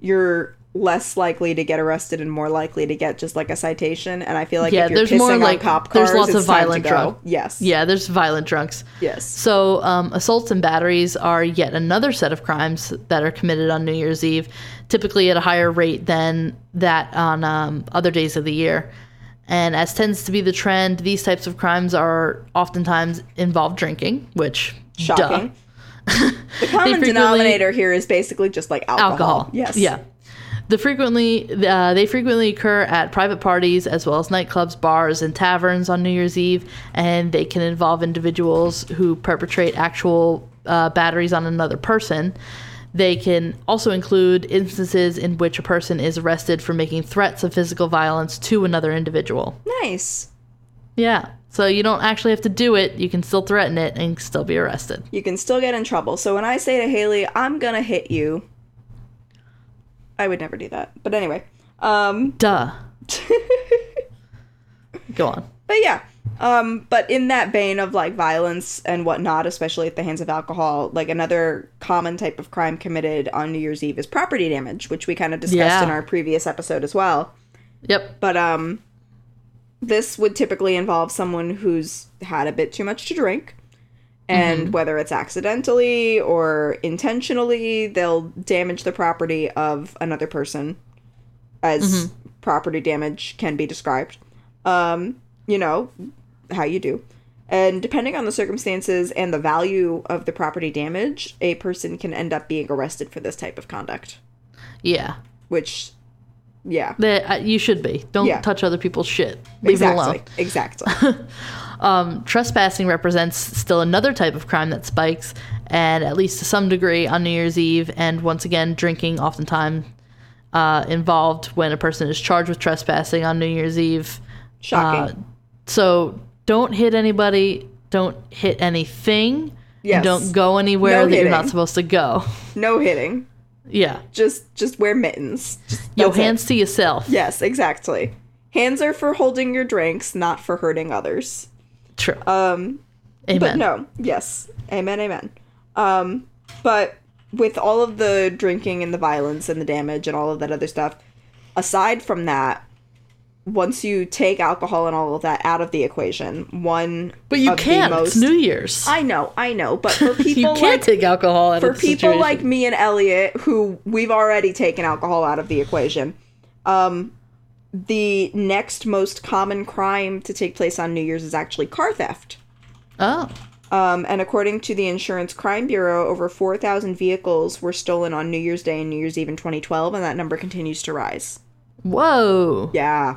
Speaker 2: you're less likely to get arrested and more likely to get just like a citation. And I feel like
Speaker 1: Yeah,
Speaker 2: if you're
Speaker 1: there's
Speaker 2: pissing
Speaker 1: more,
Speaker 2: on
Speaker 1: like,
Speaker 2: cop cars,
Speaker 1: there's lots
Speaker 2: it's
Speaker 1: of
Speaker 2: time to
Speaker 1: violent
Speaker 2: go.
Speaker 1: drunk-
Speaker 2: Yes.
Speaker 1: Yeah, there's violent drunks.
Speaker 2: Yes.
Speaker 1: So, um, assaults and batteries are yet another set of crimes that are committed on New Year's Eve, typically at a higher rate than that on um, other days of the year. And as tends to be the trend, these types of crimes are oftentimes involve drinking, which duh.
Speaker 2: Shocking. the common
Speaker 1: frequently-
Speaker 2: denominator here is basically just like alcohol.
Speaker 1: alcohol.
Speaker 2: Yes.
Speaker 1: Yeah. The frequently uh, they frequently occur at private parties as well as nightclubs, bars, and taverns on New Year's Eve, and they can involve individuals who perpetrate actual uh, batteries on another person. They can also include instances in which a person is arrested for making threats of physical violence to another individual.
Speaker 2: Nice.
Speaker 1: Yeah. So you don't actually have to do it; you can still threaten it and still be arrested.
Speaker 2: You can still get in trouble. So when I say to Haley, I'm gonna hit you. I would never do that. But anyway. Um
Speaker 1: Duh. Go on.
Speaker 2: but yeah. Um but in that vein of like violence and whatnot, especially at the hands of alcohol, like another common type of crime committed on New Year's Eve is property damage, which we kind of discussed
Speaker 1: Yeah.
Speaker 2: in our previous episode as well.
Speaker 1: Yep.
Speaker 2: But um this would typically involve someone who's had a bit too much to drink. And
Speaker 1: Mm-hmm.
Speaker 2: whether it's accidentally or intentionally, they'll damage the property of another person as
Speaker 1: Mm-hmm.
Speaker 2: property damage can be described. Um, you know, how you do. And depending on the circumstances and the value of the property damage, a person can end up being arrested for this type of conduct.
Speaker 1: Yeah.
Speaker 2: which, yeah,
Speaker 1: That uh, you should be. Don't
Speaker 2: Yeah.
Speaker 1: touch other people's shit. Leave
Speaker 2: exactly,
Speaker 1: it alone.
Speaker 2: exactly.
Speaker 1: Trespassing represents still another type of crime that spikes, and at least to some degree on New Year's Eve, and once again, drinking oftentimes uh, involved when a person is charged with trespassing on New Year's Eve.
Speaker 2: Shocking.
Speaker 1: So don't hit anybody, don't hit anything,
Speaker 2: Yes.
Speaker 1: and don't go anywhere
Speaker 2: No
Speaker 1: that you're not
Speaker 2: hitting.
Speaker 1: supposed to go.
Speaker 2: no hitting.
Speaker 1: yeah.
Speaker 2: Just just wear mittens. Just,
Speaker 1: Yo,
Speaker 2: that's it.
Speaker 1: hands to yourself.
Speaker 2: Yes, exactly. Hands are for holding your drinks, not for hurting others.
Speaker 1: True. Um, Amen.
Speaker 2: But no, yes. Amen, amen. Um, but with all of the drinking and the violence and the damage and all of that other stuff, aside from that, once you take alcohol and all of that out of the equation, one
Speaker 1: But you
Speaker 2: of the
Speaker 1: can't.
Speaker 2: most-
Speaker 1: It's New Year's.
Speaker 2: I know, I know, but for people
Speaker 1: you can't
Speaker 2: like
Speaker 1: take alcohol out
Speaker 2: for
Speaker 1: of the
Speaker 2: people
Speaker 1: situation.
Speaker 2: like me and Elliot, who we've already taken alcohol out of the equation, um, the next most common crime to take place on New Year's is actually car theft.
Speaker 1: Oh,
Speaker 2: Um, and according to the Insurance Crime Bureau, over 4,000 vehicles were stolen on New Year's Day and New Year's Eve in 2012, and that number continues to rise.
Speaker 1: whoa,
Speaker 2: Yeah.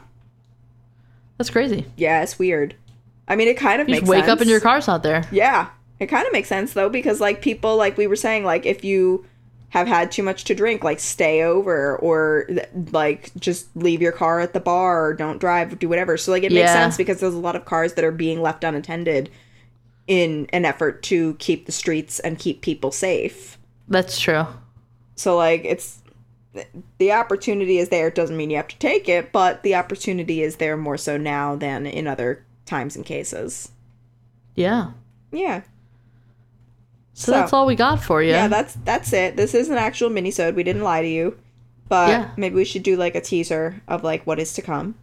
Speaker 1: that's crazy.
Speaker 2: Yeah, it's weird. I mean, it kind of
Speaker 1: You
Speaker 2: makes
Speaker 1: just wake
Speaker 2: sense.
Speaker 1: up and your car's not there.
Speaker 2: Yeah. It kind of makes sense though because like people like we were saying like if you have had too much to drink like stay over or th- like just leave your car at the bar or don't drive do whatever. So like it makes
Speaker 1: Yeah.
Speaker 2: sense because there's a lot of cars that are being left unattended in an effort to keep the streets and keep people safe.
Speaker 1: That's true.
Speaker 2: So like it's the opportunity is there It doesn't mean you have to take it, but the opportunity is there more so now than in other times and cases.
Speaker 1: Yeah.
Speaker 2: Yeah.
Speaker 1: So, that's all we got for you.
Speaker 2: yeah that's that's it this is an actual minisode we didn't lie to you but
Speaker 1: Yeah.
Speaker 2: maybe we should do like a teaser of like what is to come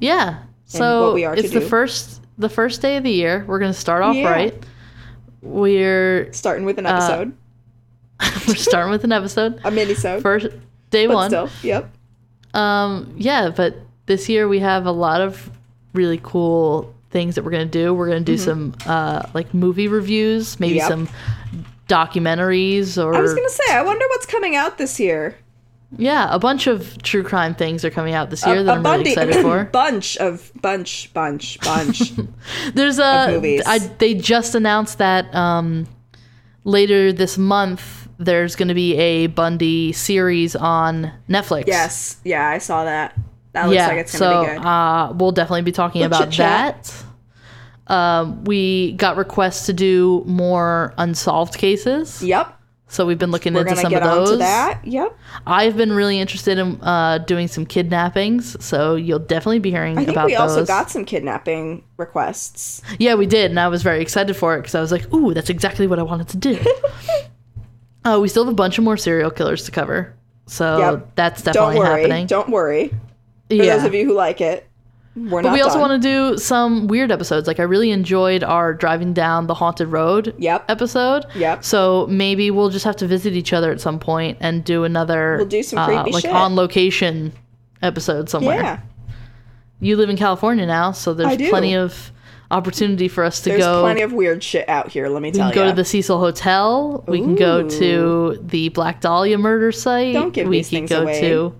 Speaker 1: Yeah. So
Speaker 2: what we are to
Speaker 1: it's the
Speaker 2: do.
Speaker 1: first the first day of the year. We're gonna start off
Speaker 2: Yeah.
Speaker 1: right. We're
Speaker 2: starting with an
Speaker 1: Uh,
Speaker 2: episode
Speaker 1: we're starting with an episode.
Speaker 2: a minisode
Speaker 1: First day
Speaker 2: but
Speaker 1: one.
Speaker 2: still yep
Speaker 1: Um, yeah, but this year we have a lot of really cool things that we're gonna do. We're gonna do some uh, like movie reviews, maybe
Speaker 2: Mm-hmm. Yep.
Speaker 1: some documentaries or
Speaker 2: i was gonna say i wonder what's coming out this year
Speaker 1: yeah, a bunch of true crime things are coming out this year that
Speaker 2: a
Speaker 1: I'm really
Speaker 2: bundy-
Speaker 1: excited for.
Speaker 2: bunch of bunch bunch bunch
Speaker 1: There's a
Speaker 2: movies.
Speaker 1: I, they just announced that um, later this month there's going to be a Bundy series on Netflix.
Speaker 2: yes yeah i saw that that looks
Speaker 1: yeah.
Speaker 2: like it's
Speaker 1: so
Speaker 2: gonna be good
Speaker 1: Uh, we'll definitely be talking about
Speaker 2: chit-chat.
Speaker 1: that. Um, we got requests to do more unsolved cases,
Speaker 2: yep
Speaker 1: so we've been looking
Speaker 2: we're
Speaker 1: into
Speaker 2: gonna
Speaker 1: some
Speaker 2: get
Speaker 1: of
Speaker 2: on
Speaker 1: those.
Speaker 2: to that yep
Speaker 1: I've been really interested in uh, doing some kidnappings, so you'll definitely be hearing
Speaker 2: i think
Speaker 1: about
Speaker 2: we also
Speaker 1: those.
Speaker 2: got some kidnapping requests
Speaker 1: Yeah, we did, and I was very excited for it because I was like, "Ooh, that's exactly what I wanted to do." uh, we still have a bunch of more serial killers to cover, so
Speaker 2: Yep.
Speaker 1: that's
Speaker 2: don't
Speaker 1: definitely
Speaker 2: worry
Speaker 1: happening.
Speaker 2: don't worry for
Speaker 1: yeah,
Speaker 2: those of you who like it we're not
Speaker 1: but we also
Speaker 2: done.
Speaker 1: want to do some weird episodes. Like I really enjoyed our driving down the haunted road
Speaker 2: Yep.
Speaker 1: episode.
Speaker 2: Yep.
Speaker 1: So maybe we'll just have to visit each other at some point and do another uh,
Speaker 2: We'll do some creepy
Speaker 1: like
Speaker 2: shit.
Speaker 1: on location episode somewhere.
Speaker 2: Yeah,
Speaker 1: You live in California now, so
Speaker 2: I
Speaker 1: there's
Speaker 2: do.
Speaker 1: plenty of opportunity for us to
Speaker 2: there's
Speaker 1: go
Speaker 2: plenty of weird shit out here. Let me tell
Speaker 1: can go
Speaker 2: you.
Speaker 1: to the Cecil Hotel. We can go to the Black Dahlia murder site.
Speaker 2: Don't give
Speaker 1: we
Speaker 2: these things away.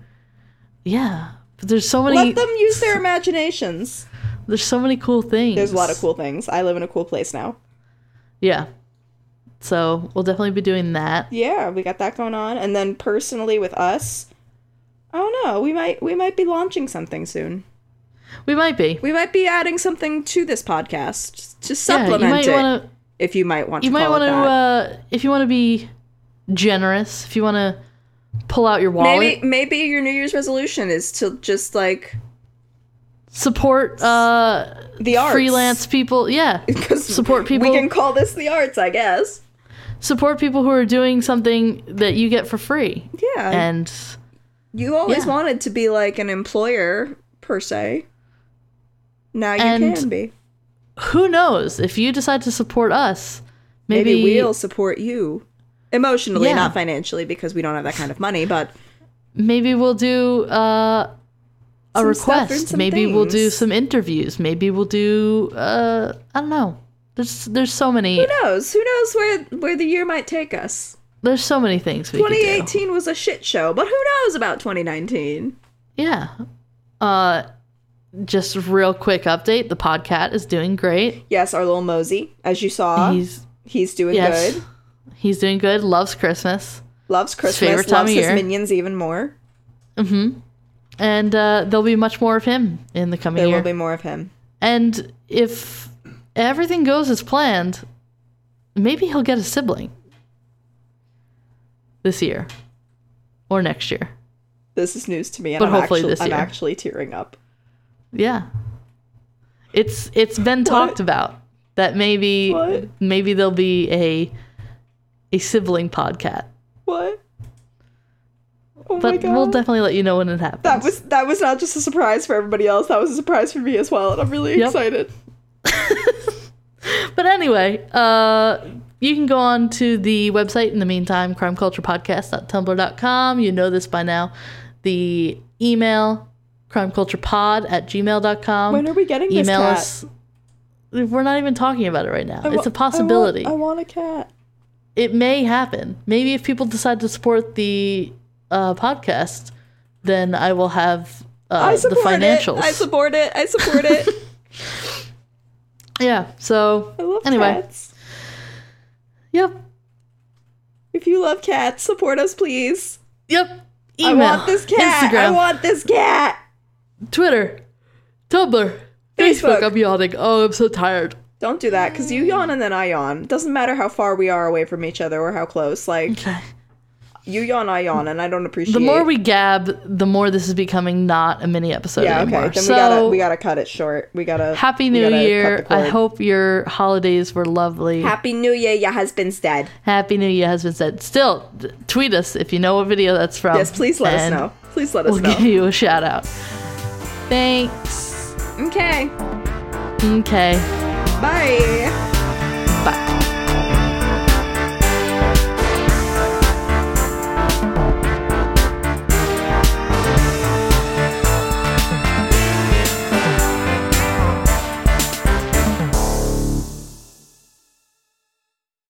Speaker 1: yeah. But there's so many.
Speaker 2: Let them use their imaginations.
Speaker 1: There's so many cool things.
Speaker 2: There's a lot of cool things. I live in a cool place now.
Speaker 1: Yeah. So we'll definitely be doing that.
Speaker 2: Yeah, we got that going on. And then personally with us, I don't know. We might we might be launching something soon.
Speaker 1: We might be.
Speaker 2: We might be adding something to this podcast to
Speaker 1: Yeah, you
Speaker 2: supplement
Speaker 1: might
Speaker 2: it.
Speaker 1: want to.
Speaker 2: if you might want
Speaker 1: You
Speaker 2: to
Speaker 1: might
Speaker 2: call
Speaker 1: want
Speaker 2: it
Speaker 1: to.
Speaker 2: that.
Speaker 1: Uh, if you want to be generous, if you want to pull out your wallet,
Speaker 2: maybe maybe your New Year's resolution is to just like
Speaker 1: support uh,
Speaker 2: the arts
Speaker 1: freelance people. Yeah.
Speaker 2: 'Cause
Speaker 1: support people.
Speaker 2: We can call this the arts, I guess.
Speaker 1: support people who are doing something that you get for free.
Speaker 2: Yeah.
Speaker 1: And
Speaker 2: You always
Speaker 1: Yeah.
Speaker 2: wanted to be like an employer per se. Now you
Speaker 1: And
Speaker 2: can be.
Speaker 1: who knows if you decide to support us, maybe,
Speaker 2: Maybe, we'll support you emotionally,
Speaker 1: Yeah.
Speaker 2: not financially, because we don't have that kind of money. But
Speaker 1: maybe we'll do uh, a
Speaker 2: Some stuff and
Speaker 1: request.
Speaker 2: some
Speaker 1: Maybe we'll do
Speaker 2: things.
Speaker 1: some interviews. Maybe we'll do uh, I don't know. There's there's so many.
Speaker 2: who knows? Who knows where where the year might take us?
Speaker 1: There's so many things we could do.
Speaker 2: 2018 was a shit show, but who knows about 2019?
Speaker 1: Yeah. Uh, just real quick update. The podcast is doing great.
Speaker 2: Yes, our little Mosey, as you saw, he's,
Speaker 1: He's
Speaker 2: doing
Speaker 1: yes,
Speaker 2: good.
Speaker 1: he's doing good. Loves Christmas.
Speaker 2: Loves Christmas.
Speaker 1: favorite time
Speaker 2: loves
Speaker 1: of
Speaker 2: his
Speaker 1: year.
Speaker 2: minions even more.
Speaker 1: and uh, there'll be much more of him in the coming
Speaker 2: There
Speaker 1: year.
Speaker 2: will be more of him.
Speaker 1: And if everything goes as planned, maybe he'll get a sibling this year or next year.
Speaker 2: This is news to me, and
Speaker 1: But
Speaker 2: I'm,
Speaker 1: hopefully
Speaker 2: actually,
Speaker 1: this
Speaker 2: I'm
Speaker 1: year.
Speaker 2: actually tearing up.
Speaker 1: Yeah, it's it's been talked about that maybe
Speaker 2: What?
Speaker 1: maybe there'll be a a sibling podcat,
Speaker 2: What? Oh my
Speaker 1: but
Speaker 2: god.
Speaker 1: we'll definitely let you know when it happens.
Speaker 2: that was that was not just a surprise for everybody else. That was a surprise for me as well, and I'm really
Speaker 1: Yep. Um,
Speaker 2: excited.
Speaker 1: But anyway, uh, you can go on to the website in the meantime, crimeculturepodcast.tumblr.com. You know this by now. The email, crimeculturepod at gmail.com.
Speaker 2: When are we getting this
Speaker 1: Email
Speaker 2: cat?
Speaker 1: us. We're not even talking about it right now.
Speaker 2: I wa-
Speaker 1: it's
Speaker 2: I
Speaker 1: a
Speaker 2: want-
Speaker 1: possibility.
Speaker 2: I want, a cat.
Speaker 1: it may happen. Maybe if people decide to support the uh, podcast, then I will have uh,
Speaker 2: I
Speaker 1: the
Speaker 2: support
Speaker 1: financials.
Speaker 2: it. I support it. I support it.
Speaker 1: yeah. So,
Speaker 2: I love
Speaker 1: anyway,
Speaker 2: cats.
Speaker 1: yep.
Speaker 2: If you love cats, support us, please.
Speaker 1: Yep. Email.
Speaker 2: I want this cat.
Speaker 1: Instagram.
Speaker 2: I want this cat.
Speaker 1: Twitter, Tumblr,
Speaker 2: Facebook.
Speaker 1: Facebook. I'm yawning. Oh, I'm so tired.
Speaker 2: Don't do that, because you yawn and then I yawn. Doesn't matter how far we are away from each other or how close. Like
Speaker 1: Okay.
Speaker 2: you yawn, I yawn, and I don't appreciate.
Speaker 1: The more we gab, the more this is becoming not a mini episode
Speaker 2: yeah, okay.
Speaker 1: anymore.
Speaker 2: Then
Speaker 1: so,
Speaker 2: we gotta we gotta cut it short. We gotta
Speaker 1: Happy
Speaker 2: we
Speaker 1: New
Speaker 2: gotta cut the
Speaker 1: Year.
Speaker 2: cord.
Speaker 1: I hope your holidays were lovely.
Speaker 2: Happy New Year, your husband's dead.
Speaker 1: Happy New Year has been said. Still, d- tweet us if you know what video that's from.
Speaker 2: Yes, please let us
Speaker 1: and
Speaker 2: know. Please let us
Speaker 1: We'll
Speaker 2: know.
Speaker 1: give you a shout out. Thanks.
Speaker 2: Okay.
Speaker 1: Okay.
Speaker 2: Bye.